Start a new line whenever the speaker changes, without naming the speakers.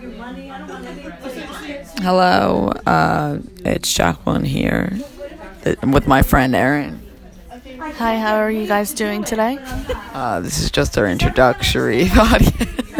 your money. I don't want anything.
Hello, uh, it's Jacqueline here uh, with my friend Aaron.
Hi, how are you guys doing today?
Uh, this is just our introductory audience.